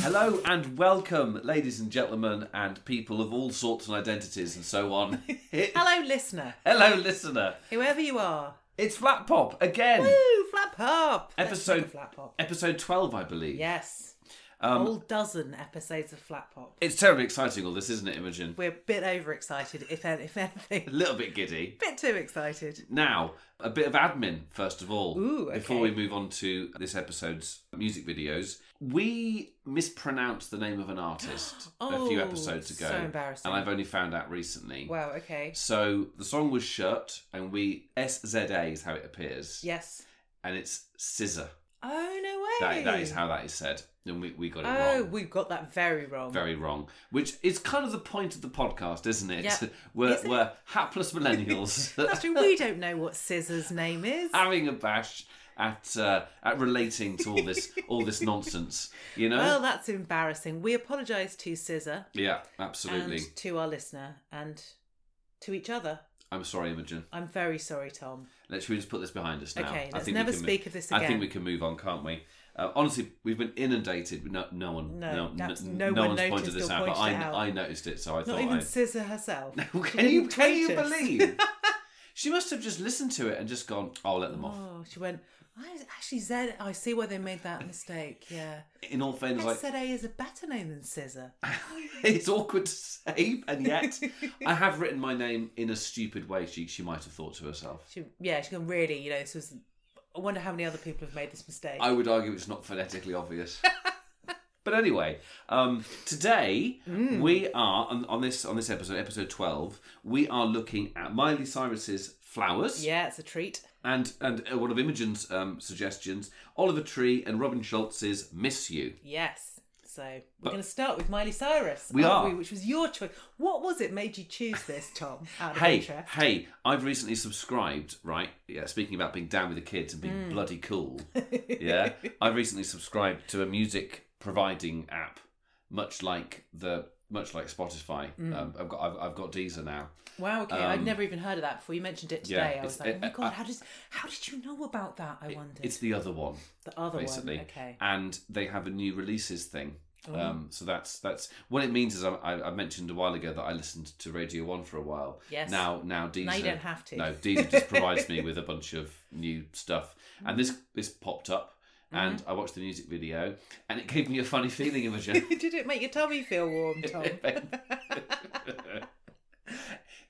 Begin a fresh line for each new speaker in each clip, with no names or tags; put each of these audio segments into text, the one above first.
Hello and welcome, ladies and gentlemen, and people of all sorts and identities and so on.
Hello, listener,
Hello, listener.
whoever you are.
It's Flat Pop again.
Woo, flap hop.
Episode-
flap hop.
Episode 12, I believe.
Yes,
Um,
whole dozen episodes of flap hop.
It's terribly exciting, all this, isn't it, Imogen?
We're a bit overexcited, if an- if
A
anything,
little bit giddy.
a bit too excited.
Now, a bit of admin, first of all,
Ooh,
before we
okay.
move on to this episode's music videos. We mispronounced the name of an artist a few
Oh,
episodes ago.
so embarrassing.
And I've only found out recently.
Wow. Okay.
So the song was Shirt, and we SZA is how it appears,
Yes.
and it's Scissor.
Oh no way.
That, that is how that is said, and we, we got it
Oh,
wrong.
we've got that very wrong.
Very wrong, which is kind of the point of the podcast, isn't it?
Yeah.
We're,
Is it?
we're hapless millennials
That's true. We don't know what Scissor's name is.
having a bash at uh, at relating to all this all this nonsense. You know?
Well, that's embarrassing. We apologise to Scissor
yeah, absolutely.
and to our listener and to each other.
I'm sorry, Imogen.
I'm very sorry, Tom.
Let's should we just put this behind us now.
Okay,
I
let's
think we
never
can
speak
move-
of this
I think
again.
we can move on, can't we? Uh, honestly, we've been inundated. with No, no one,
No,
no,
that's-
n-
no
no
one
one's pointed
noticed
this
or
out, but
pointed
I,
it out.
I noticed it, so I
Not
thought.
even
I...
Scissor herself.
can you
Didn't
can you
tweet us.
believe? she must have just listened to it and just gone, "I'll let them off."
Oh, she went. I actually Z. I see why they made that mistake. Yeah,
In all fairness, like
SZA is a better name than Scissor.
it's awkward to say, and yet I have written my name in a stupid way. She she might have thought to herself.
She, yeah, she can really. You know, this was. I wonder how many other people have made this mistake.
I would argue it's not phonetically obvious. but anyway, um, today we are on, on this on this episode, episode twelve. We are looking at Miley Cyrus's flowers
yeah, it's a treat.
and and uh, one of Imogen's um, suggestions, Oliver Tree and Robin Schultz's "Miss You."
Yes. So we're going to start with Miley Cyrus.
We
aren't
are.
which was your choice. What was it made you choose this, Tom? Out of
Hey, um,
interest.
hey, I've recently subscribed, right? Yeah, speaking about being down with the kids and being
Hmm.
bloody cool. yeah. I've recently subscribed to a music providing app, much like the much like Spotify.
Hmm.
Um, I've got I've, I've got Deezer now.
Wow. Okay, I'd never even heard of that before. You mentioned it
yeah,
today. I was
it's-
like, oh my
it-
god,
I-
how did how did you know about that? I wondered.
It's the other one,
the other
basically.
one. Okay. Oh.
And they have a new releases thing. Um, so that's that's what it means is I, I, I mentioned a while ago that I listened to Radio One for a while.
Yes.
Now now Deezer
Now you don't have to.
No, Deezer just provides me with a bunch of new stuff. And this this popped up and
Mm-hmm.
I watched the music video and it gave me a funny feeling Imogen.
Did it make your tummy feel warm, Tom?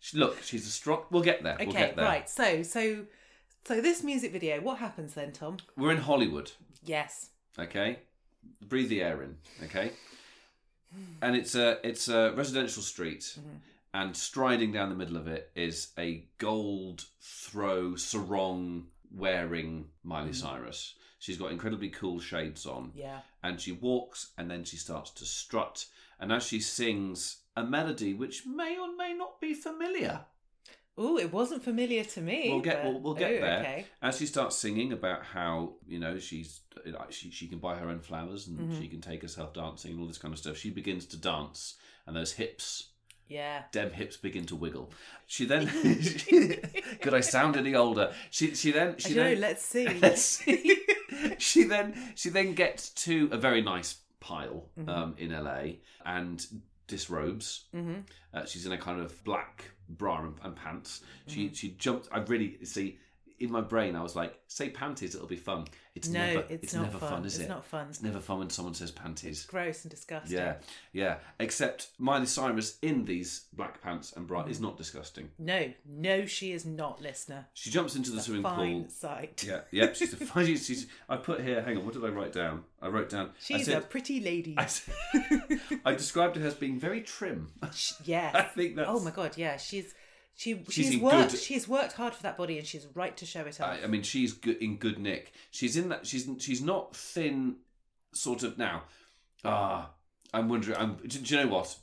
She- Look, she's a strong we'll get there. we'll
okay,
get there.
right. So, so, so this music video. What happens then, Tom?
We're in Hollywood,
Yes.
okay? Breathe the air in, okay? And it's a it's a residential street
Mm-hmm.
and striding down the middle of it is a gold throw sarong wearing Miley
Mm-hmm.
Cyrus. She's got incredibly cool shades on.
Yeah.
and she walks and then she starts to strut and as she sings a melody which may or may not be familiar
Oh, it wasn't familiar to me.
we'll get
but-
we'll, we'll get
Ooh,
there
Okay.
as she starts singing about how you know she's like, she, she can buy her own flowers and
Mm-hmm.
she can take herself dancing and all this kind of stuff she begins to dance and those hips
Yeah.
dem hips begin to wiggle she then could i sound any older she she then she
I don't
then
know. Let's see.
Let's see. she then she then gets to a very nice pile
Mm-hmm.
um, in LA and disrobes.
Mhm.
Uh, she's in a kind of black bra and, and pants. She
Mm-hmm.
she jumped. I really see in my brain. I was like, say panties, it'll be fun. It's
no,
never,
it's, not
never fun, is
it's
it?
not fun.
It's never fun when someone says panties.
Gross and disgusting.
Yeah, yeah. Except Miley Cyrus in these black pants and bra
Mm-hmm.
is not disgusting.
No, no, she is not, listener.
She jumps into the swimming
Fine
pool.
sight.
Yeah, yeah. She's a fine. She's, she's, I put here. Hang on. What did I write down? I wrote down. I
She's a
said,
pretty lady.
I said- I described her as being very trim.
Sh- yes.
I think that's.
Oh my god. Yeah. She's she she's,
in good- Oh,
worked she's worked hard for that body and she's right to show it off.
I, I mean, she's good, in good nick. She's in that. She's she's not thin, sort of. Now, ah, I'm wondering.
Mm.
I'm. Do, do you know what?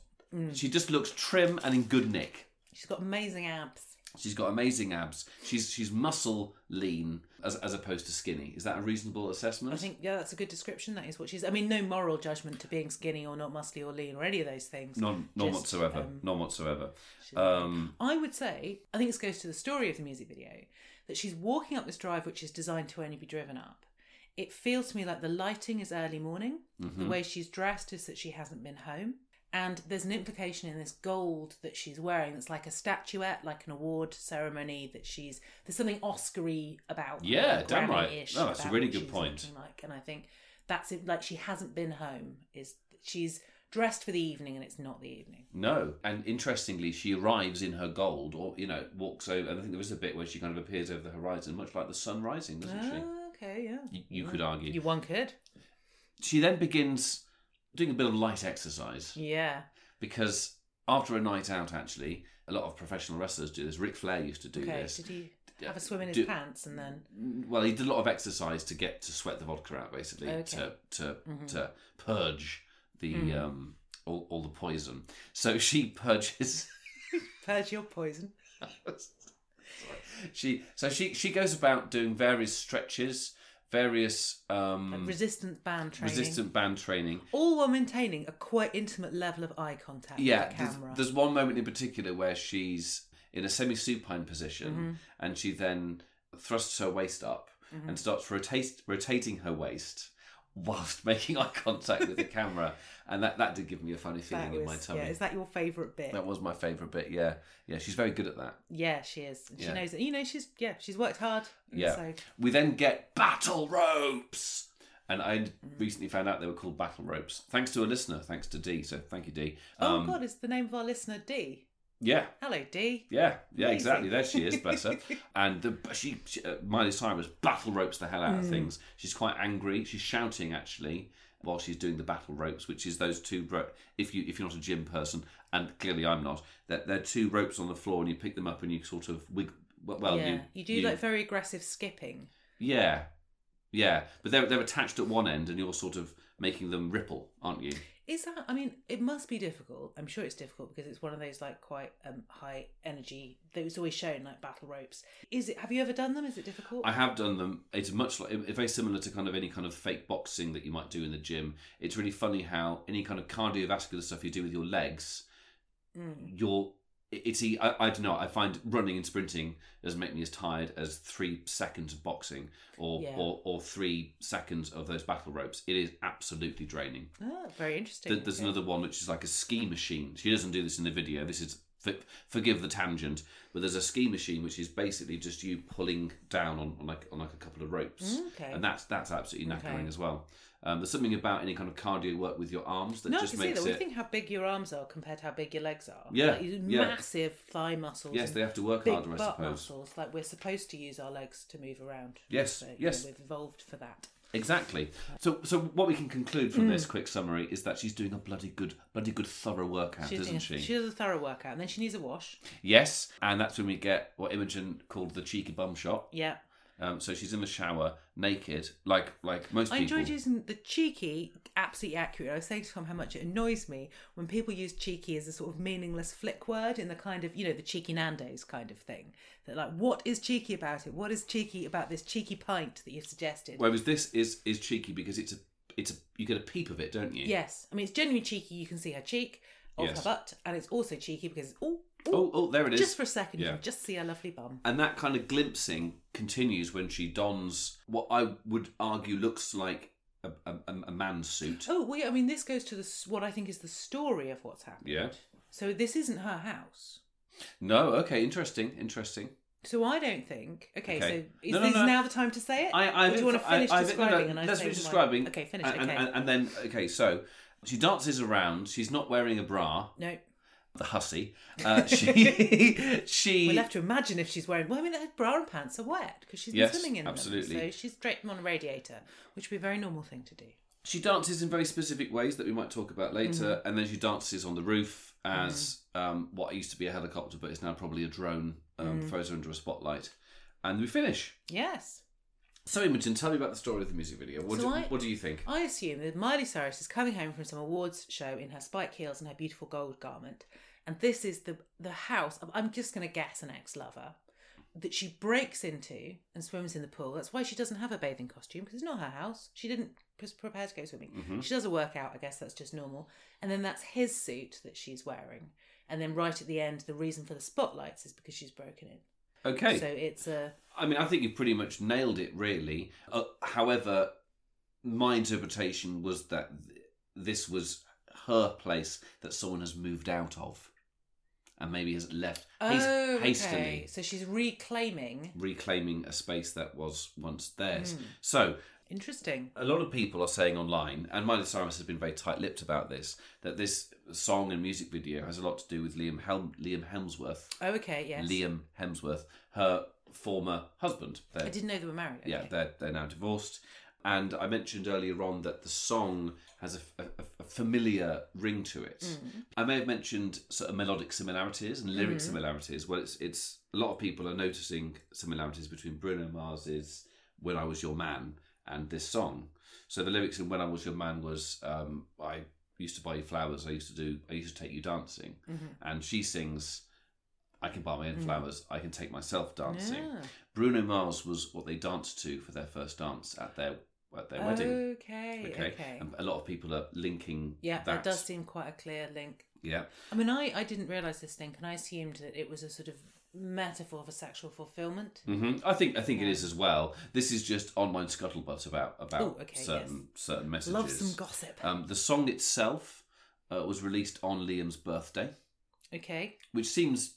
She just looks trim and in good nick.
she's got amazing abs.
She's got amazing abs. She's she's muscle lean as as opposed to skinny. Is that a reasonable assessment?
I think yeah, that's a good description. That is what she's. I mean, no moral judgment to being skinny or not muscly or lean or any of those things.
none none
Just,
whatsoever.
um,
none whatsoever.
she's-
Um,
I would say, I think this goes to the story of the music video, that she's walking up this drive which is designed to only be driven up. It feels to me like the lighting is early morning.
Mm-hmm.
The way she's dressed is that she hasn't been home. And there's an implication in this gold that she's wearing that's like a statuette, like an award ceremony that she's. There's something Oscary about. her,
Yeah, damn right.
Grammy-ish
No, that's a
about
really
what
good
she's
point.
looking Like, and I think that's it. Like she hasn't been home. Is she's dressed for the evening and it's not the evening.
No, and interestingly, she arrives in her gold, or you know, walks over. And I think there is a bit where she kind of appears over the horizon, much like the sun rising, doesn't
Ah, okay, yeah.
she? You, you could argue.
You one could.
She then begins doing a bit of light exercise
Yeah.
because after a night out, actually, a lot of professional wrestlers do this. Ric Flair used to do
okay.
this.
Did he have a swim in his
Do-
pants and then?
Well, he did a lot of exercise to get to sweat the vodka out, basically, to to
Mm-hmm.
to purge the um all, all the poison. So she purges.
Purge your poison.
she so she she goes about doing various stretches, various um,
Resistance band training.
resistant band training.
All while maintaining a quite intimate level of eye contact
Yeah,
with the
there's,
camera.
there's one moment in particular where she's in a semi supine position
Mm-hmm.
and she then thrusts her waist up
Mm-hmm.
and starts rotate, rotating her waist whilst making eye contact with the camera. And that, that did give me a funny feeling
That
in my
was-
tummy.
Yeah, is that your favourite bit?
that was my favourite bit, yeah. Yeah, she's very good at that.
Yeah, she is. And She
Yeah.
knows it. You know, she's yeah, she's worked hard. and
Yeah.
So
We then get battle ropes. And I
Mm-hmm.
recently found out they were called battle ropes. Thanks to a listener, thanks to D. So thank you, D. Um,
Oh God, is the name of our listener D?
Yeah,
Hello, D.
Yeah, yeah,
Amazing.
exactly. There she is, bless her. And the, she, she uh, Miley Cyrus battle ropes the hell out
Mm.
of things. She's quite angry. She's shouting actually while she's doing the battle ropes, which is those two. Ro- if you if you're not a gym person, and clearly I'm not, that there are two ropes on the floor, and you pick them up and you sort of wig. Well, well,
yeah.
you,
do like very aggressive skipping.
yeah, yeah. But they're they're attached at one end, and you're sort of making them ripple, aren't you?
Is that? I mean, it must be difficult. I'm sure it's difficult because it's one of those like quite um, high energy that was always shown like battle ropes. Is it? Have you ever done them? Is it difficult?
I have done them. It's much like it's very similar to kind of any kind of fake boxing that you might do in the gym. It's really funny how any kind of cardiovascular stuff you do with your legs,
Mm.
your it's e- I, I don't know. I find running and sprinting doesn't make me as tired as three seconds of boxing or
Yeah.
or, or three seconds of those battle ropes. It is absolutely draining.
Ah, very interesting.
Th- There's
Okay.
another one which is like a ski machine. She doesn't do this in the video. This is for- forgive the tangent, but there's a ski machine which is basically just you pulling down on, on like on like a couple of ropes,
Mm, Okay.
and that's that's absolutely knackering
Okay.
as well. Um, there's something about any kind of cardio work with your arms that
No, I
just
can see
makes
that.
it.
We think how big your arms are compared to how big your legs are.
Yeah,
Like, you-
yeah.
massive thigh muscles.
yes,
and
they have to work
big
harder, I
butt
suppose.
muscles. Like we're supposed to use our legs to move around.
Yes,
So, you know,
yes.
we've evolved for that.
Exactly. So, so what we can conclude from
Mm.
this quick summary is that she's doing a bloody good, bloody good thorough workout,
She's doing
isn't she?
a, she does a thorough workout, and then she needs a wash.
Yes, and that's when we get what Imogen called the cheeky bum shot.
Yeah.
Um, so she's in the shower naked, like like most
I
people.
enjoyed using the cheeky, absolutely accurate. I was saying to Tom how much it annoys me when people use cheeky as a sort of meaningless flick word in the kind of, you know, the cheeky Nando's kind of thing. They're like, what is cheeky about it? What is cheeky about this cheeky pint that you've suggested?
Whereas this is is cheeky because it's a it's a you get a peep of it, don't you?
yes. I mean, it's genuinely cheeky. You can see her cheek or
Yes.
her butt, and it's also cheeky because, oh,
Oh, oh, there it is.
just for a second,
yeah.
you can just see her lovely bum.
and that kind of glimpsing continues when she dons what I would argue looks like a, a, a a man's suit.
Oh, well, yeah, I mean, this goes to the, s- what I think is the story of what's happened.
Yeah.
So this isn't her house.
No, okay, interesting, interesting.
So I don't think. Okay,
Okay.
so is
No, no,
this
no.
now the time to say it?
I, I
Or do you want to finish
I, I,
describing?
No, no,
and I
let's
say
finish
why-
describing.
Okay, finish.
And,
okay.
And, and then okay, so she dances around. She's not wearing a bra.
no,
The hussy. Uh, she she
we're left to imagine if she's wearing. Well, I mean, her bra and pants are wet because she's been
Yes,
swimming in them.
absolutely.
So she's draped them on a radiator, which would be a very normal thing to do.
she dances in very specific ways that we might talk about later,
Mm-hmm.
and then she dances on the roof as um, what used to be a helicopter, but is now probably a drone. Um,
Mm.
Throws her under a spotlight, and we finish.
Yes,
So, Imogen, tell me about the story of the music video. What,
So
do,
I-
what do you think?
I assume that Miley Cyrus is coming home from some awards show in her spike heels and her beautiful gold garment, and this is the the house. I'm just going to guess an ex lover that she breaks into and swims in the pool. That's why she doesn't have a bathing costume because it's not her house. She didn't pre- prepare to go swimming.
Mhm.
She does a workout. I guess that's just normal. And then that's his suit that she's wearing. And then right at the end, the reason for the spotlights is because she's broken in.
Okay.
So it's a
I mean, I think you pretty much nailed it, really. Uh, however, my interpretation was that th- this was her place that someone has moved out of and maybe has left has-
oh,
hastily
okay. So she's reclaiming.
reclaiming a space that was once theirs.
Mm.
So,
Interesting.
a lot of people are saying online, and Miley Cyrus has been very tight-lipped about this, that this song and music video has a lot to do with Liam Helm- Liam Hemsworth,
Oh, okay. Yes.
Liam Hemsworth, her former husband.
I
They're,
didn't know they were married.
yeah,
okay.
they're they're now divorced. And I mentioned earlier on that the song has a, a- a familiar ring to it.
Mm.
I may have mentioned sort of melodic similarities and lyric
Mm-hmm.
similarities. Well, it's it's a lot of people are noticing similarities between Bruno Mars's "When I Was Your Man" and this song. So the lyrics in "When I Was Your Man" was um, "I used to buy you flowers. I used to do. I used to take you dancing."
Mm-hmm.
And she sings, "I can buy my own flowers. I can take myself dancing."
Mm. Ah.
Bruno Mars was what they danced to for their first dance at their at their wedding.
Okay. Oh, Okay.
Okay, and a lot of people are linking.
Yeah,
that
that does seem quite a clear link.
Yeah,
I mean, I, I didn't realise this link, and I assumed that it was a sort of metaphor for sexual fulfillment.
hmm I think I think it is as well. This is just online scuttlebutt about about
Oh, okay,
certain certain messages.
Love some gossip.
um, the song itself uh, was released on Liam's birthday,
okay.
which seems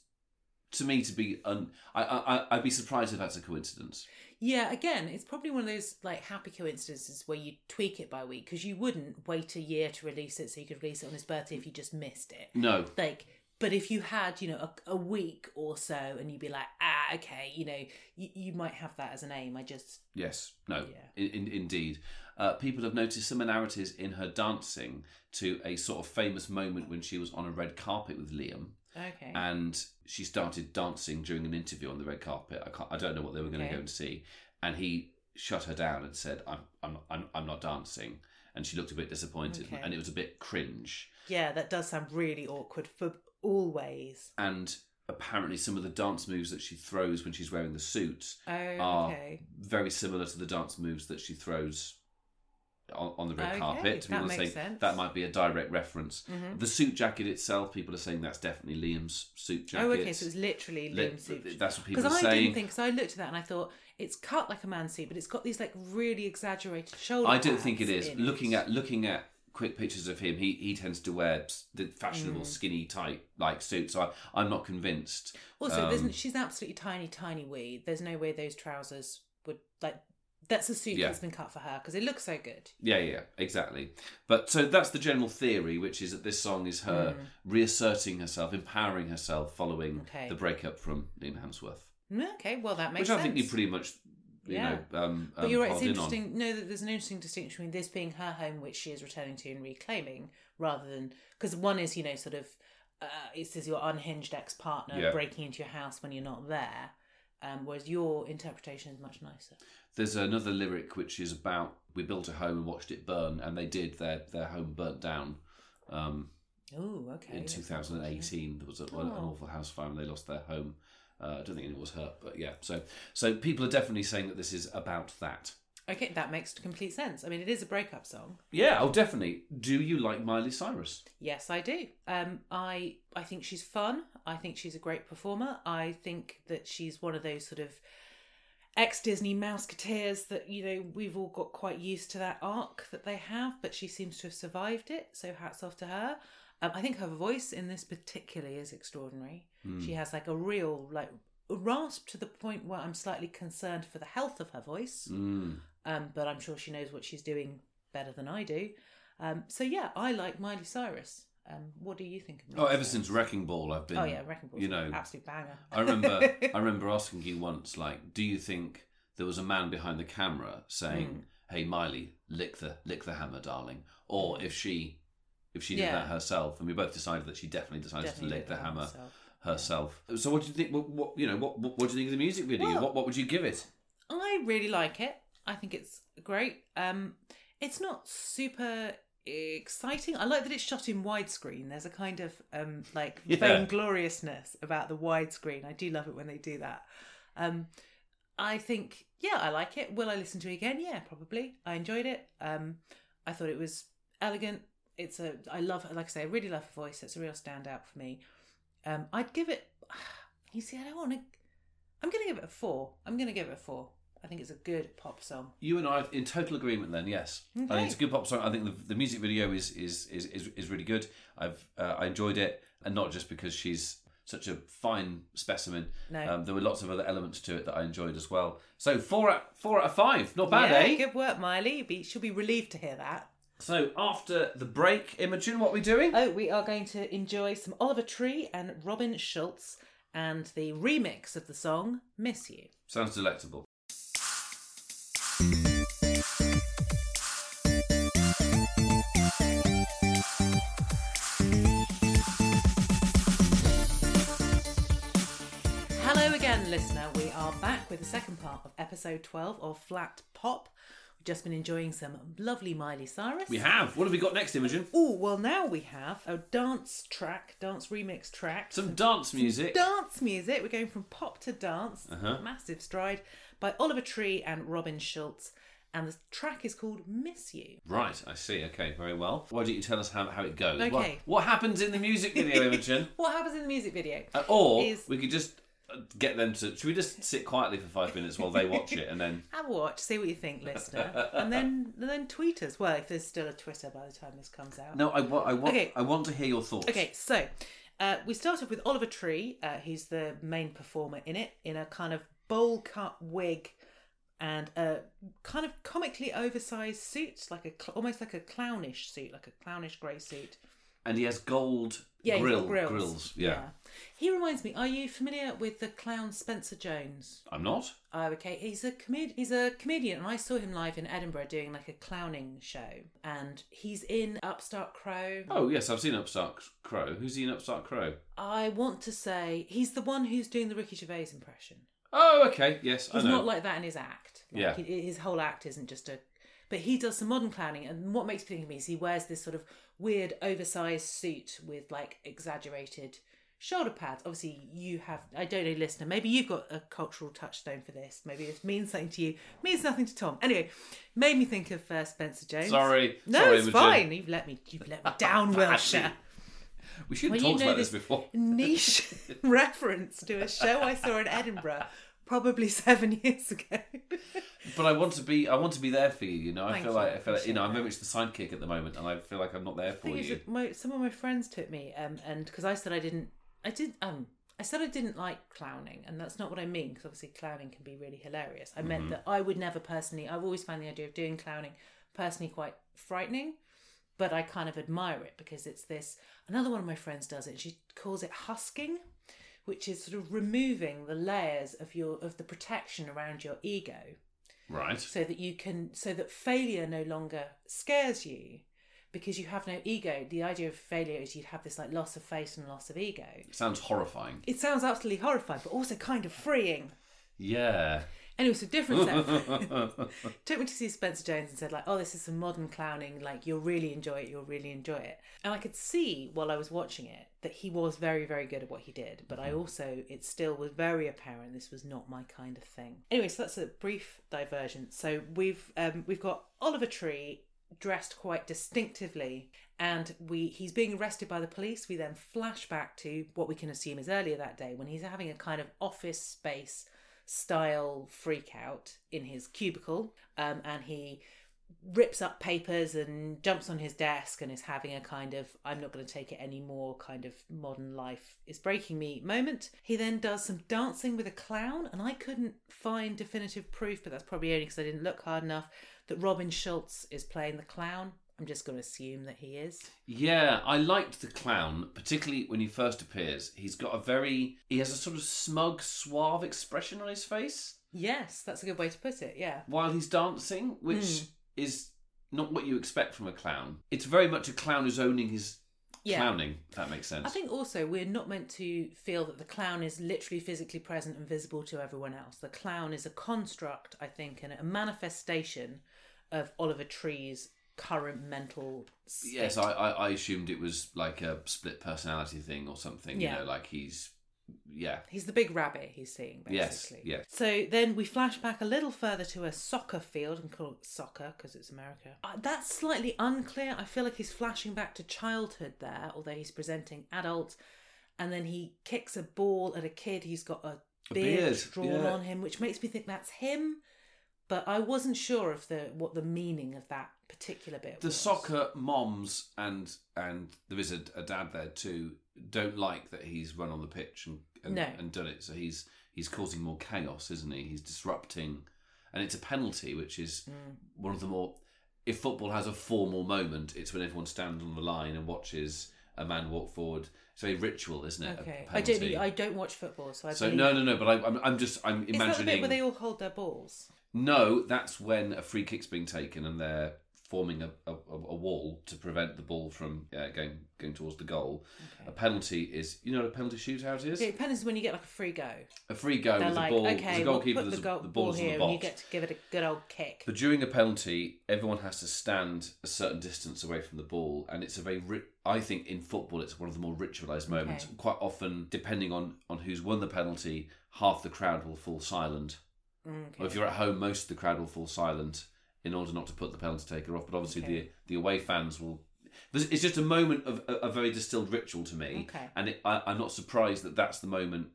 to me to be un- I, I I- I'd be surprised if that's a coincidence.
Yeah, again, it's probably one of those like happy coincidences where you tweak it by week because you wouldn't wait a year to release it so you could release it on his birthday if you just missed it.
No,
Like, but if you had, you know, a, a week or so and you'd be like, ah, okay, you know, you, you might have that as an aim. I just,
Yes, no,
Yeah.
in, in, indeed. Uh, people have noticed similarities in her dancing to a sort of famous moment when she was on a red carpet with Liam,
okay.
and she started dancing during an interview on the red carpet. I, can't, I don't know what they were going to
Okay.
go and see, and he shut her down and said, "I'm I'm I'm, I'm not dancing," and she looked a bit disappointed,
Okay.
and it was a bit cringe.
yeah, that does sound really awkward for always.
And apparently, some of the dance moves that she throws when she's wearing the suit
Oh,
are
okay.
very similar to the dance moves that she throws on, on the red
Okay,
carpet.
that
People are
makes
saying
sense. Mm-hmm.
that might be a direct reference. The suit jacket itself, people are saying that's definitely Liam's suit jacket.
Oh, okay. So it's literally
Li-
Liam suit.
That's what people
Because
are
I
saying.
didn't think. Because I looked at that and I thought it's cut like a man suit, but it's got these like really exaggerated shoulder.
I don't think it
pads
is.
in
Looking
it.
at looking at quick pictures of him, he, he tends to wear s- the
Mm.
fashionable skinny tight like suit. So I, I'm not convinced.
Also,
um,
there's, she's absolutely tiny, tiny wee. There's no way those trousers would like. That's a suit
Yeah.
that's been cut for her because it looks so good.
Yeah, yeah, exactly. But so that's the general theory, which is that this song is her reasserting herself, empowering herself following
Hmm. Okay.
the breakup from Liam Hemsworth,
Mm, Okay, well that
which
makes
I
sense.
think you pretty much, you
Yeah.
know, um,
but
um,
you're right. It's
honed in on.
interesting. No, that there's an interesting distinction between this being her home, which she is returning to and reclaiming, rather than because one is you know sort of uh, it says your unhinged ex partner
Yeah.
breaking into your house when you're not there, um, whereas your interpretation is much nicer.
There's another lyric which is about we built a home and watched it burn, and they did their their home burnt down. Um,
Oh, okay.
in
that's
2018 there was a, an
Oh.
awful house fire and they lost their home. Uh, I don't think anyone was hurt, but yeah. So so people are definitely saying that this is about that.
unfortunate. Okay, that makes complete sense. I mean, it is a breakup song.
Yeah, oh, definitely. Do you like Miley Cyrus?
Yes, I do. Um, I I think she's fun. I think she's a great performer. I think that she's one of those sort of ex Disney Mouseketeers that you know we've all got quite used to that arc that they have, but she seems to have survived it. So hats off to her. Um, I think her voice in this particularly is extraordinary. She has like a real like rasp to the point where I'm slightly concerned for the health of her voice
Mm.
um, but I'm sure she knows what she's doing better than I do. Um, so yeah, I like Miley Cyrus. Um, what do you think? Of
Oh,
Miley
ever
Cyrus?
since Wrecking Ball, I've been.
Oh yeah, Wrecking Ball.
You know,
absolute banger.
I remember. I remember asking you once, like, do you think there was a man behind the camera saying,
Hmm.
"Hey, Miley, lick the lick the hammer, darling," or if she, if she did
Yeah.
that herself, and we both decided that she definitely decided to
Definitely
lick the
by
hammer
myself.
herself. So, what do you think? What, what you know? What, what what do you think of the music video?
Well-
what what would you give it?
I really like it. I think it's great. Um, it's not super exciting. I like that it's shot in widescreen. There's a kind of um like
Yeah.
vaingloriousness about the widescreen. I do love it when they do that. Um I think yeah, I like it. Will I listen to it again? Yeah, probably. I enjoyed it. Um I thought it was elegant. It's a I love like I say, I really love her voice. It's a real standout for me. Um I'd give it you see, I don't wanna I'm gonna give it a four. I'm gonna give it a four. I think it's a good pop song.
You and I are in total agreement then, yes. I
Okay.
think it's a good pop song. I think the, the music video is is, is, is is really good. I've uh, I enjoyed it, and not just because she's such a fine specimen.
No.
Um, there were lots of other elements to it that I enjoyed as well. So four out four out of five, not bad,
yeah,
eh?
Good work, Miley. You'll Be, she'll be relieved to hear that.
So after the break, Imogen, what are we doing?
Oh, we are going to enjoy some Oliver Tree and Robin Schultz and the remix of the song Miss You.
Sounds delectable.
Hello again, listener. We are back with the second part of episode 12 of Flat Pop. We've just been enjoying some lovely Miley Cyrus.
We have. What have we got next, Imogen?
Oh, well, now we have a dance track, dance remix track.
Some dance music.
dance music. We're going from pop to dance.
Uh-huh.
Massive stride by Oliver Tree and Robin Schultz. And the track is called Miss You.
Right, I see. Okay, very well. Why don't you tell us how, how it goes?
Okay.
What, what happens in the music video, Imogen?
What happens in the music video?
Uh, Or
Is-
we could just uh, get them to. Should we just sit quietly for five minutes while they watch it and then.
Have a watch, see what you think, listener, and then and then tweet us. Well, if there's still a Twitter by the time this comes out.
No, I, wa- I, want,
Okay.
I want to hear your thoughts.
Okay, so uh, we started with Oliver Tree, uh, who's the main performer in it, in a kind of bowl cut wig and a kind of comically oversized suit, like a cl- almost like a clownish suit, like a clownish grey suit.
And he has gold
Yeah, he's got
grill,
grills.
grills. Yeah.
He reminds me. Are you familiar with the clown Spencer Jones?
I'm not.
Oh, okay. He's a comed- He's a comedian, and I saw him live in Edinburgh doing like a clowning show. And he's in Upstart Crow.
Oh, yes, I've seen Upstart Crow. Who's he in Upstart Crow?
I want to say he's the one who's doing the Ricky Gervais impression.
Oh, okay. Yes,
He's
I know.
not like that in his act. Like,
Yeah.
he- his whole act isn't just a. But he does some modern clowning, and what makes me think of him is he wears this sort of weird, oversized suit with like exaggerated shoulder pads. Obviously, you have. I don't know, listener. Maybe you've got a cultural touchstone for this. Maybe it means something to you. Means nothing to Tom. Anyway, made me think of uh, Spencer Jones.
Sorry.
No,
Sorry,
it's
Imogen.
fine. You've let me. You've let me down, Wilshire.
We should
Well,
have
you
talked
know
about this
this-
before.
niche reference to a show I saw in Edinburgh probably seven years ago.
But I want to be I want to be there for you, you know. I
Thank
feel
you,
like I feel like, you
appreciate
know, I'm very much the sidekick at the moment and I feel like I'm not there for
thing is
you.
that my, some of my friends took me um, and because I said I didn't I did um I said I didn't like clowning and that's not what I mean because obviously clowning can be really hilarious. I
Mm-hmm.
meant that I would never personally I've always found the idea of doing clowning personally quite frightening but I kind of admire it because it's this another one of my friends does it and she calls it husking which is sort of removing the layers of your of the protection around your ego
Right.
so that you can so that failure no longer scares you because you have no ego the idea of failure is you'd have this like loss of face and loss of ego
Sounds horrifying.
it sounds absolutely horrifying but also kind of freeing
Yeah.
anyway so different set took me to see spencer jones and said like oh this is some modern clowning like you'll really enjoy it you'll really enjoy it and i could see while i was watching it that he was very very good at what he did but i also it still was very apparent this was not my kind of thing anyway so that's a brief diversion so we've um, we've got oliver tree dressed quite distinctively and we he's being arrested by the police we then flash back to what we can assume is earlier that day when he's having a kind of office space style freak out in his cubicle um, and he rips up papers and jumps on his desk and is having a kind of I'm not going to take it anymore kind of modern life is breaking me moment. He then does some dancing with a clown and I couldn't find definitive proof but that's probably only because I didn't look hard enough that Robin Schultz is playing the clown. I'm just going to assume that he is.
Yeah, I liked the clown, particularly when he first appears. He's got a very he has a sort of smug, suave expression on his face
Yes, that's a good way to put it. Yeah.
while he's dancing, which
Hmm.
is not what you expect from a clown. It's very much a clown who's owning his
Yeah.
clowning, if that makes sense.
I think also we're not meant to feel that the clown is literally physically present and visible to everyone else. The clown is a construct, I think, and a manifestation of Oliver Tree's current mental state.
Yes, I, I, I assumed it was like a split personality thing or something.
Yeah.
You know, like he's, yeah,
He's the big rabbit he's seeing,
Yes,
basically.
yes.
So then we flash back a little further to a soccer field and call it soccer because it's America. Uh, that's slightly unclear. I feel like he's flashing back to childhood there, although he's presenting adult. And then he kicks a ball at a kid who's got a
A
beard,
beard,
drawn
yeah.
on him, which makes me think that's him. But I wasn't sure of the what the meaning of that particular bit.
the
was.
soccer moms and and there is a, a dad there too don't like that he's run on the pitch and and,
No.
and done it so he's he's causing more chaos isn't he he's disrupting and it's a penalty which is
Mm.
one of the more if football has a formal moment it's when everyone stands on the line and watches a man walk forward it's a ritual isn't it A
Okay, I
penalty.
don't. e, I don't watch football, so I.
so
believe-
no no no but I, I'm, I'm just i'm
Is that the bit
imagining
where they all hold their balls?
no, that's when a free kick's being taken and they're forming a, a, a wall to prevent the ball from uh, going going towards the goal. A penalty is you know what a penalty shootout is?
Yeah, it depends when you get like a free go.
A free go Oh,
They're
with the
like,
ball. there's
okay,
a
we'll
goalkeeper,
put the,
there's
goal,
a, the
ball
ball's on
here,
the box.
and you get to give it a good old kick.
But during a penalty, everyone has to stand a certain distance away from the ball, and it's a very ri- I think in football it's one of the more ritualized moments.
Okay.
Quite often, depending on on who's won the penalty, half the crowd will fall silent. Or if
Okay.
you're at home, most of the crowd will fall silent in order not to put the penalty taker off. But obviously, the
Okay.
the away fans will. there's- It's just a moment of a, a very distilled ritual to me,
Okay.
and it, I, I'm not surprised that that's the moment.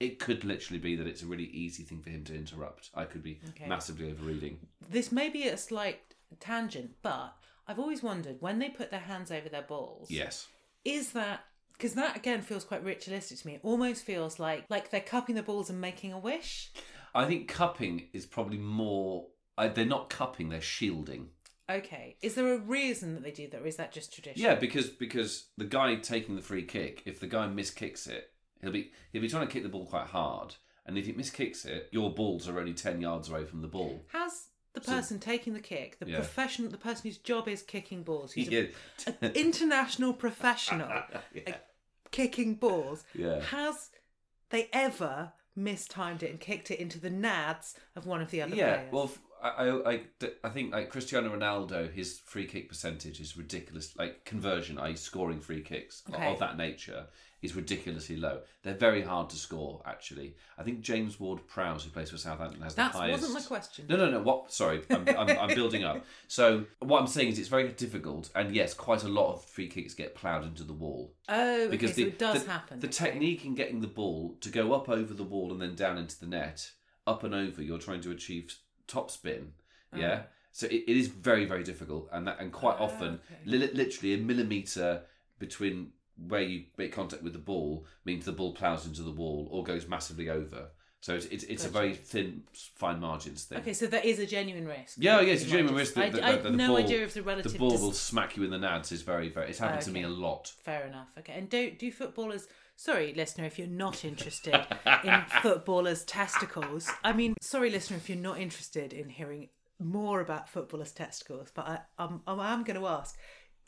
It could literally be that it's a really easy thing for him to interrupt. I could be
Okay.
massively overreading.
This may be a slight tangent, but I've always wondered when they put their hands over their balls.
Yes,
is that because that again feels quite ritualistic to me. It almost feels like like they're cupping the balls and making a wish.
I think cupping is probably more. I, they're not cupping; they're shielding.
Okay, is there a reason that they do that, or is that just tradition?
Yeah, because because the guy taking the free kick, if the guy miskicks it, he'll be he'll be trying to kick the ball quite hard, and if he miskicks it, your balls are only ten yards away from the ball.
Has the
So-
person taking the kick, the
Yeah.
professional, the person whose job is kicking balls, who's a
Yeah,
an international professional at kicking balls
Yeah.
has they ever mistimed it and kicked it into the nads of one of the other
yeah.
players
Well, f- I, I I- I think like Cristiano Ronaldo, his free kick percentage is ridiculous. Like conversion, i.e., scoring free kicks o-
Okay.
of that nature is ridiculously low. They're very hard to score. Actually, I think James Ward-Prowse, who plays for Southampton, has
that
the highest.
wasn't my question
No, no, no. What? Sorry, I'm, I'm, I'm building up. So what I'm saying is, it's very difficult, and yes, quite a lot of free kicks get ploughed into the wall
oh okay,
because
so
the,
it does
the,
happen
The
okay.
technique in getting the ball to go up over the wall and then down into the net, up and over. You're trying to achieve top spin. Yeah. So it, it is very, very difficult, and that, and quite
Uh-huh. Ah,
often,
okay.
li- literally a millimeter between where you make contact with the ball means the ball plows into the wall or goes massively over. So it's it's, it's a very
Gotcha.
thin, fine margins thing.
okay so there is a genuine risk
Yeah, yeah, it's a
You might
genuine
just-
risk that-
I-
that-
I
that the
have no
ball-
idea if the relative
the ball
dis-
will smack you in the nads is very very it's happened to me
Okay.
a lot
fair enough okay and don't do footballers sorry listener if you're not interested in footballers testicles i mean sorry listener if you're not interested in hearing more about footballers testicles but i i'm, I'm going to ask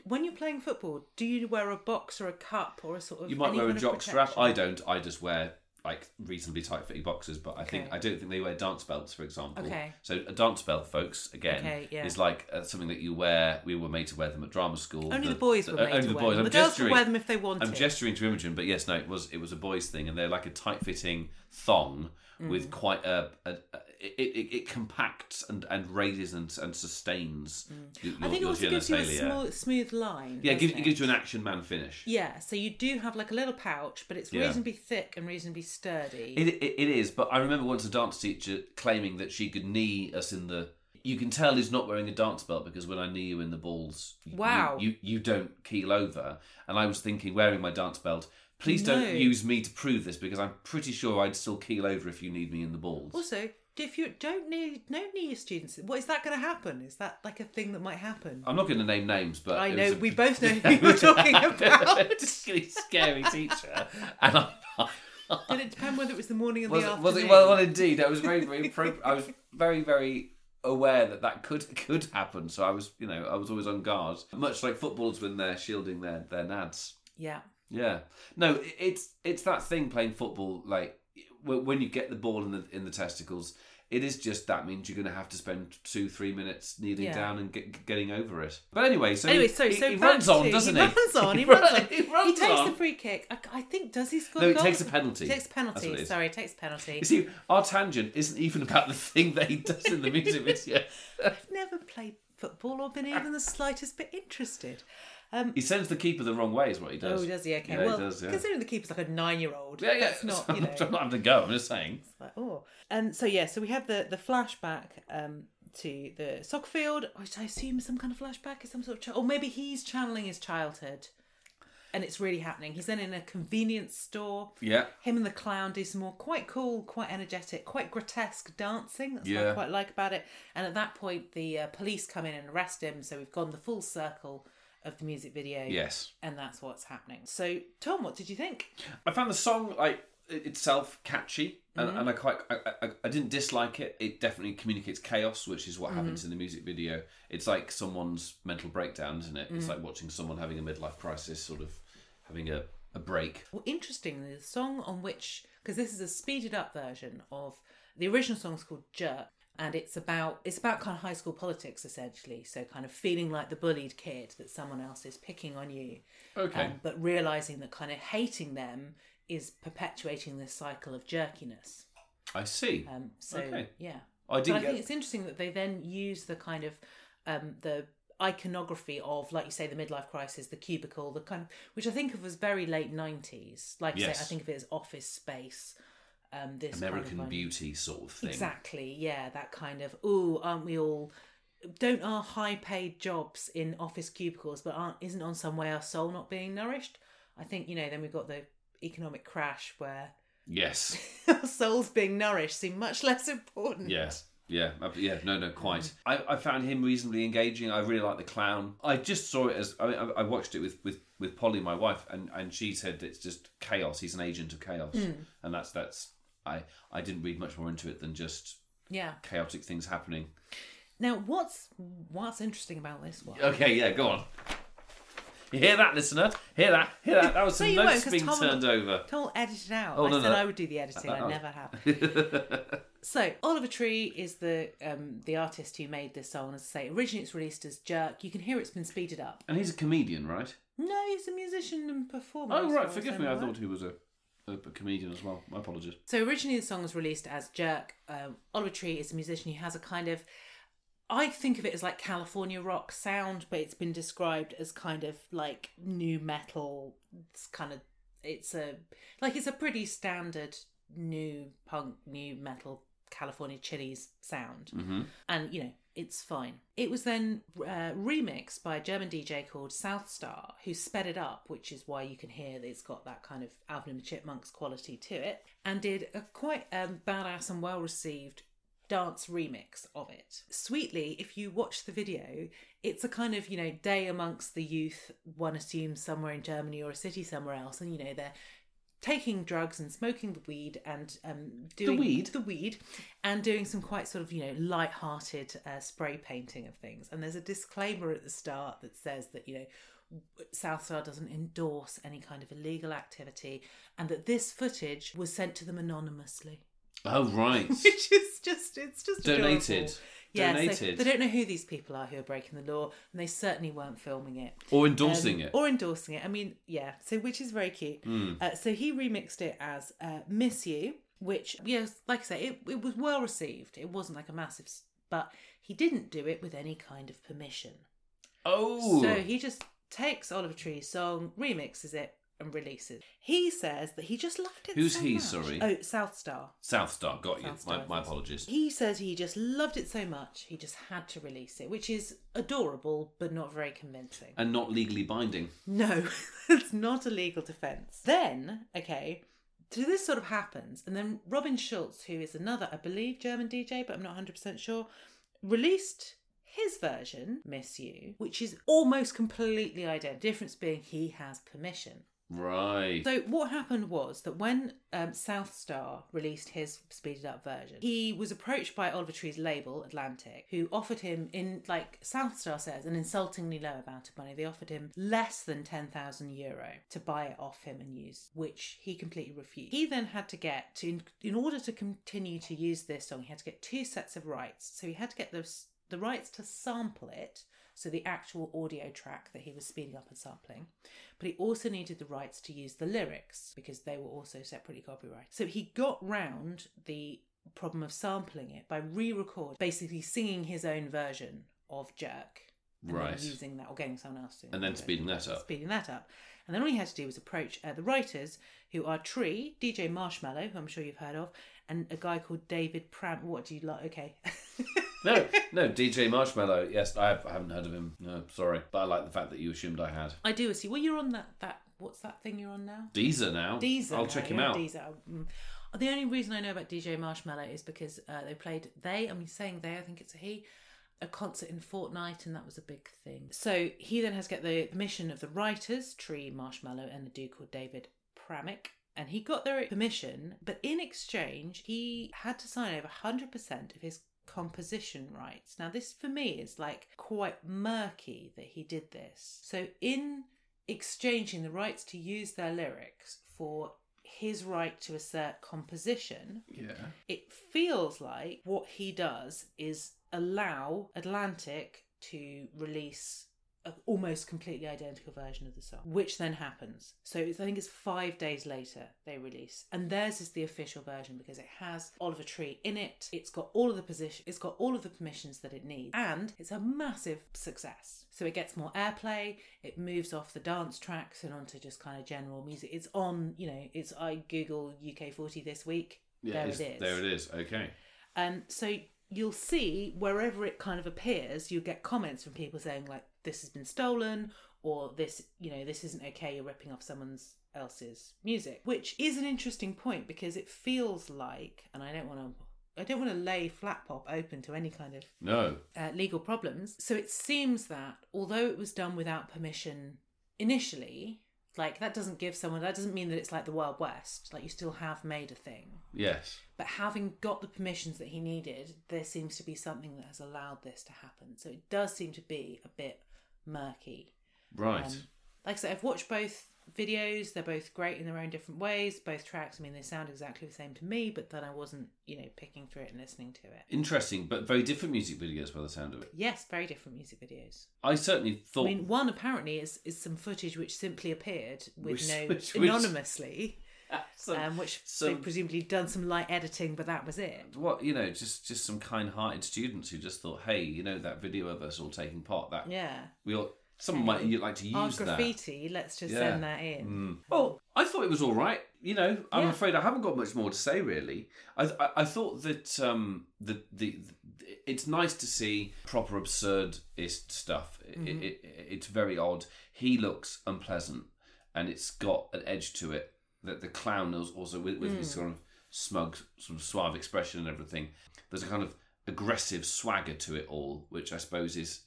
when you're playing football do you wear a box or a cup or a sort of
you might
any
wear a
kind of
jock strap
protection?
i don't i just wear like reasonably tight fitting boxes but i think
Okay.
i don't think they wear dance belts for example
Okay.
so a dance belt folks again
Okay, yeah.
is like uh, something that you wear we were made to wear them at drama school
only the, boys were
uh,
made
only
to
the
wear
boys
them.
i'm
the girls
gesturing
could wear them if they wanted
i'm gesturing to imogen but yes no it was it was a boys thing and they're like a tight fitting thong
Mm.
with quite a, a, a- it, it, it compacts and, and raises and, and sustains your,
Mm. i think it
your
also gives you a
genitalia.
smooth, smooth line
Yeah, it gives,
doesn't
it gives you an action man finish.
yeah, so you do have like a little pouch, but it's
Yeah.
reasonably thick and reasonably sturdy.
It, it, it is, but I remember once a dance teacher claiming that she could knee us in the. You can tell he's not wearing a dance belt because when I knee you in the balls, you-
Wow.
you, you, you don't keel over. And I was thinking, wearing my dance belt, please
No.
don't use me to prove this because I'm pretty sure I'd still keel over if you need me in the balls.
Also, if you don't need don't need your students, what is that going to happen? Is that like a thing that might happen?
I'm not going to name names, but Uh,
I
it
know
was a-
we both know who you're talking about.
particularly scary teacher, and I,
Did it depend whether it was the morning or the
was,
afternoon?
was it well, well indeed i was very very appropri- i was very very aware that that could could happen so i was you know i was always on guard much like footballers when they're shielding their their nads
yeah.
yeah no i- it's it's that thing playing football like w- when you get the ball in the in the testicles It is just that means you're going to have to spend two, three minutes kneeling
Yeah.
down and get, getting over it. But anyway, so
anyway,
he,
so
he,
so
he
back
runs on,
to-
doesn't
he?
he?
Runs on. He
run-
runs on.
he
He
runs
takes
on.
the free kick. I, I think does he score?
Oh, No,
a
he
goal?
takes a penalty.
He takes
That's what it
penalty.
is.
Sorry, he takes penalty.
You see, our tangent isn't even about the thing that he does in the music video.
I've never played football or been even the slightest bit interested.
He sends the keeper the wrong way, is what he does.
Oh, does he? Okay.
Yeah, he
well,
does, yeah.
considering the keeper's like a nine-year-old,
Yeah, yeah.
that's not
I'm
you know.
I'm not having to go. I'm just saying.
Like, oh. And so yeah, so we have the the flashback um to the soccer field, which I assume is some kind of flashback, is some sort of chi- or maybe he's channeling his childhood, and it's really happening. He's then in a convenience store.
Yeah.
Him and the clown do some more quite cool, quite energetic, quite grotesque dancing. That's what
Yeah.
I quite like about it. And at that point, the uh, police come in and arrest him. So we've gone the full circle of the music video.
Yes.
And that's what's happening. So, Tom, what did you Mm-hmm. think?
I found the song like it- itself catchy, and, and I quite I, I, I didn't dislike it. It definitely communicates chaos, which is
Mm-hmm.
what happens in the music video. It's like someone's mental breakdown, isn't it? It's
Mm-hmm.
like watching someone having a midlife crisis, sort of having a, a break.
Well, interestingly, the song on which, because this is a speeded up version of the original song is called Jerk, and it's about it's about kind of high school politics essentially. So kind of feeling like the bullied kid that someone else is picking on you,
Okay.
um, but realizing that kind of hating them is perpetuating this cycle of jerkiness.
I see.
Um, so
Okay.
yeah,
I
but I
didn't
think
get.
it's interesting that they then use the kind of um, the iconography of, like you say, the midlife crisis, the cubicle, the kind of which I think of as very late nineties. Like you say,
Yes.
I think of it as office space. Um, this kind of
American
like-
Beauty sort of thing.
exactly, yeah, that kind of ooh, aren't we all? Don't our high-paid jobs in office cubicles, but aren't isn't on some way our soul not being nourished? I think you know. Then we've got the economic crash where
Yes.
our souls being nourished seem much less important.
Yeah. Yeah, ab- yeah, no, no, quite. I, I found him reasonably engaging. I really like the clown. I just saw it as I, mean, I, I watched it with, with, with Polly, my wife, and, and she said it's just chaos. He's an agent of chaos, and that's that's. I I didn't read much more into it than just
yeah.
chaotic things happening.
Now, what's what's interesting about this one?
Okay, yeah, go on. You hear that, listener? Hear that? Hear that? That was some
you won't,
notes
'cause
being
Tom-
turned over.
Cole edited out.
Oh,
I
no,
said
no.
I would do the editing. I
oh.
never have. so Oliver Tree is the um, the artist who made this song. As I say, originally it's released as Jerk. You can hear it's been speeded up.
And he's a comedian, right?
No, he's a musician and performer.
Oh,
as far
right.
as
Forgive
I'm
me. I
aware.
thought he was a, a, a comedian as well. My apologies.
So originally the song was released as Jerk. Um, Oliver Tree is a musician who has a kind of, I think of it as like California rock sound, but it's been described as kind of like new metal. It's kind of, it's a, like it's a pretty standard new punk, new metal California chilies sound.
Mhm.
And, you know, it's fine. It was then uh, remixed by a German DJ called South Star, who sped it up, which is why you can hear that it's got that kind of Alvin and the Chipmunks quality to it, and did a quite um, badass and well received dance remix of it. Sweetly, if you watch the video, it's a kind of, you know, day amongst the youth, one assumes somewhere in Germany or a city somewhere else, and, you know, they're taking drugs and smoking the weed and um, doing
weed?
the weed and doing some quite sort of you know light-hearted uh, spray painting of things and there's a disclaimer at the start that says that you know South Star doesn't endorse any kind of illegal activity and that this footage was sent to them anonymously
Oh, right.
which is just it's just
Donated.
adorable. yeah, so
Donated.
they don't know who these people are who are breaking the law and they certainly weren't filming it
or
um,
endorsing it. Hmm.
or endorsing it. I mean, yeah. So which is very cute. Uh, so he remixed it as uh, "Miss You," which yes, like I say, it, it was well received. It wasn't like a massive, s- but he didn't do it with any kind of permission.
oh,
So he just takes Oliver Tree's song, remixes it, and releases. He says that he just loved it.
Who's
so
he,
much.
sorry?
Oh, South Star.
South Star got you.
South
my,
Star,
my
yes.
apologies.
He says he just loved it so much he just had to release it, which is adorable but not very convincing.
And not legally binding.
No, it's not a legal defence. Then, okay, so this sort of happens, and then Robin Schulz, who is another, I believe, German DJ, but I'm not 100% sure, released his version, Miss You, which is almost completely identical. Difference being he has permission.
Right.
So what happened was that when um, South Star released his speeded up version, he was approached by Oliver Tree's label Atlantic, who offered him in like South Star says an insultingly low amount of money. They offered him less than ten thousand euro to buy it off him and use, which he completely refused. He then had to get to in, in order to continue to use this song, he had to get two sets of rights. So he had to get the s- the rights to sample it. So the actual audio track that he was speeding up and sampling but he also needed the rights to use the lyrics because they were also separately copyrighted. So he got round the problem of sampling it by re-record, basically singing his own version of Jerk, and then
right.
using that or getting someone else to,
And then
do it.
speeding that up.
speeding that up. And then all he had to do was approach uh, the writers, who are Tree, DJ Marshmallow, who I'm sure you've heard of, and a guy called David Pram. What do you like? Okay,
No, no, DJ Marshmallow. Yes, I, have, I haven't heard of him. No, sorry. But I like the fact that you assumed I had.
I do see. Well, you're on that that. What's that thing you're on now?
Deezer now.
Deezer.
I'll
right,
check
yeah,
him out.
Deezer. Mm. The only reason I know about DJ Marshmallow is because uh, they played they. I'm saying they. I think it's a he. A concert in Fortnite, and that was a big thing. So he then has to get the permission of the writers, Tree Marshmallow, and a dude called David Pramick. And he got their permission, but in exchange, he had to sign over 100% of his composition rights. Now, this for me is like quite murky that he did this. So, in exchanging the rights to use their lyrics for his right to assert composition,
Yeah.
it feels like what he does is allow Atlantic to release an almost completely identical version of the song, which then happens. So it's, I think it's five days later they release, and theirs is the official version because it has Oliver Tree in it. It's got all of the position, it's got all of the permissions that it needs, and it's a massive success. So it gets more airplay. It moves off the dance tracks and onto just kind of general music. It's on, you know, it's I Google UK forty this week.
Yeah,
there
it's-
it is.
There it is. Okay.
Um, so you'll see wherever it kind of appears, you get comments from people saying like, "This has been stolen," or "This, you know, this isn't okay. You're ripping off someone's else's music," which is an interesting point because it feels like, and I don't want to, I don't want to lay flat pop open to any kind of
No.
uh, legal problems. So it seems that although it was done without permission initially. Like that doesn't give someone that doesn't mean that it's like the Wild West. Like you still have made a thing.
Yes.
But having got the permissions that he needed, there seems to be something that has allowed this to happen. So it does seem to be a bit murky.
Right.
Um, like I said, I've watched both videos. They're both great in their own different ways. Both tracks, I mean, they sound exactly the same to me, but then I wasn't, you know, picking through it and listening to it.
Interesting, but very different music videos by the sound of it.
Yes, very different music videos.
I certainly
I
thought.
mean, one apparently is, is some footage which simply appeared with
Which-
no
which- which-
anonymously,
some-
um, which
some-
they've presumably done some light editing, but that was it.
what you know, just just some kind-hearted students who just thought, hey, you know, that video of us all taking part, that
Yeah.
we all, someone might you like to use
Our
that.
graffiti, let's just
Yeah. Mm.
send that in.
Well, I thought it was all right. You know, I'm
Yeah.
afraid I haven't got much more to say really. I I, I thought that um the, the the it's nice to see proper absurdist stuff. It,
Mm-hmm.
it, it, it's very odd. He looks unpleasant, and it's got an edge to it. That the clown is also with with
Hmm.
his sort of smug, sort of suave expression and everything. There's a kind of aggressive swagger to it all, which I suppose is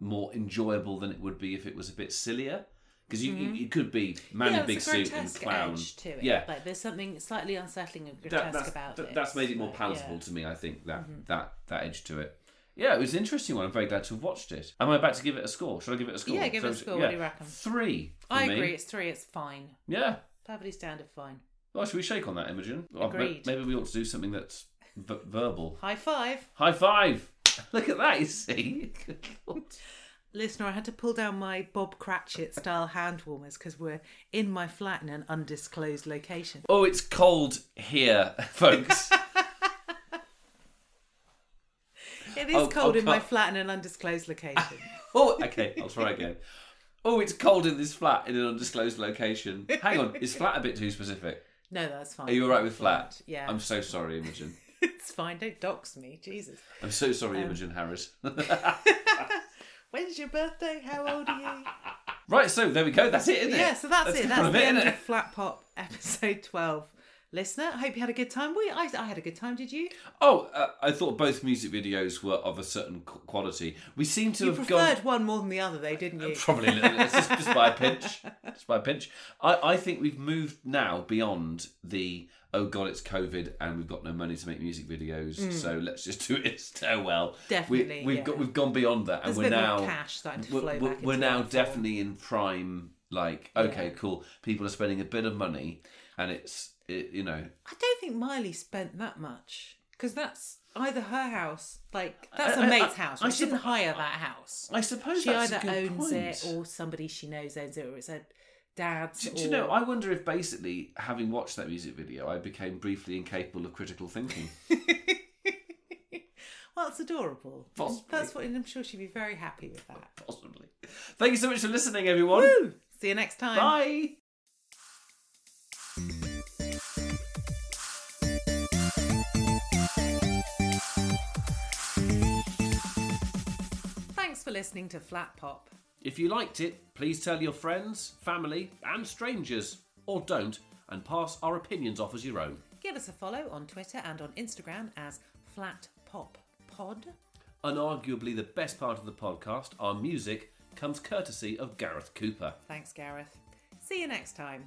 more enjoyable than it would be if it was a bit sillier. Because you, you, you could be man
Hmm. yeah,
in big
it's a
suit and
grotesque
clown.
edge to it.
Yeah,
like there's something slightly unsettling and grotesque
that, that's,
about
that-
it.
that's made it more
Like,
palatable to me. I think that
Mm-hmm.
that that edge to it. Yeah, it was an interesting one. I'm very glad to have watched it. Am I about to give it a score? Should I give it a score?
Yeah, give it a
So,
score. What do you reckon?
Three. for
I
me.
agree. It's three. It's fine.
Yeah.
Perfectly standard. Fine.
Well, should we shake on that, Imogen? Well, may-
Agreed.
Maybe we ought to do something that's v- verbal.
High five,
High five! Look at that. You see.
listener. I had to pull down my Bob Cratchit style hand warmers because we're in my flat in an undisclosed location.
oh, it's cold here, folks.
It is
Oh,
cold
oh,
in my
God.
flat in an undisclosed location.
Oh, okay, I'll try again. Oh, it's cold in this flat in an undisclosed location. Hang on, is flat a bit too specific?
no, that's fine.
Are you alright with flat?
Yeah,
I'm so sorry, Imogen.
it's fine. Don't dox me, Jesus.
I'm so
Um,
sorry, Imogen Harris.
When's your birthday? How old are you?
right, so there we go. That's it, isn't it?
Yeah, so that's, it.
kind
That's
of
the end
isn't
of Flat Pop episode 12. Listener, I hope you had a good time. We, I, I had a good time. Did you?
Oh, uh, I thought both music videos were of a certain qu- quality. We seem to
You
have
preferred
gone
one more than the other, though, didn't you?
probably a little- it's just, just by a pinch, just by a pinch. I, I think we've moved now beyond the oh god, it's COVID and we've got no money to make music videos, so let's just do it in stairwell.
Hmm. Definitely,
we, we've
yeah.
got we've gone beyond that,
There's
and
a
we're
bit
now
more cash starting to
we're,
flow back.
we're-
into
we're
the
now
platform.
definitely in prime. Like, okay,
Yeah.
cool. People are spending a bit of money, and it's it, you know
I don't think Miley spent that much because that's either her house, like
I-
that's a
I-
mate's
I-
house.
I
She didn't
suppose-
hire that house.
I suppose
She
that's
either
a good
owns
point.
it or somebody she knows owns it, or it's her dad's.
do,
or...
do you know? I wonder if basically, having watched that music video, I became briefly incapable of critical thinking.
well, it's adorable.
Possibly.
That's what, and I'm sure she'd be very happy with that.
Possibly. Thank you so much for listening, everyone.
See you next time.
Bye.
Thanks for listening to Flat Pop.
If you liked it, please tell your friends, family, and strangers, or don't, and pass our opinions off as your own.
Give us a follow on Twitter and on Instagram as Flat Pop Pod.
Unarguably, the best part of the podcast, our music, comes courtesy of Gareth Cooper.
Thanks, Gareth. See you next time.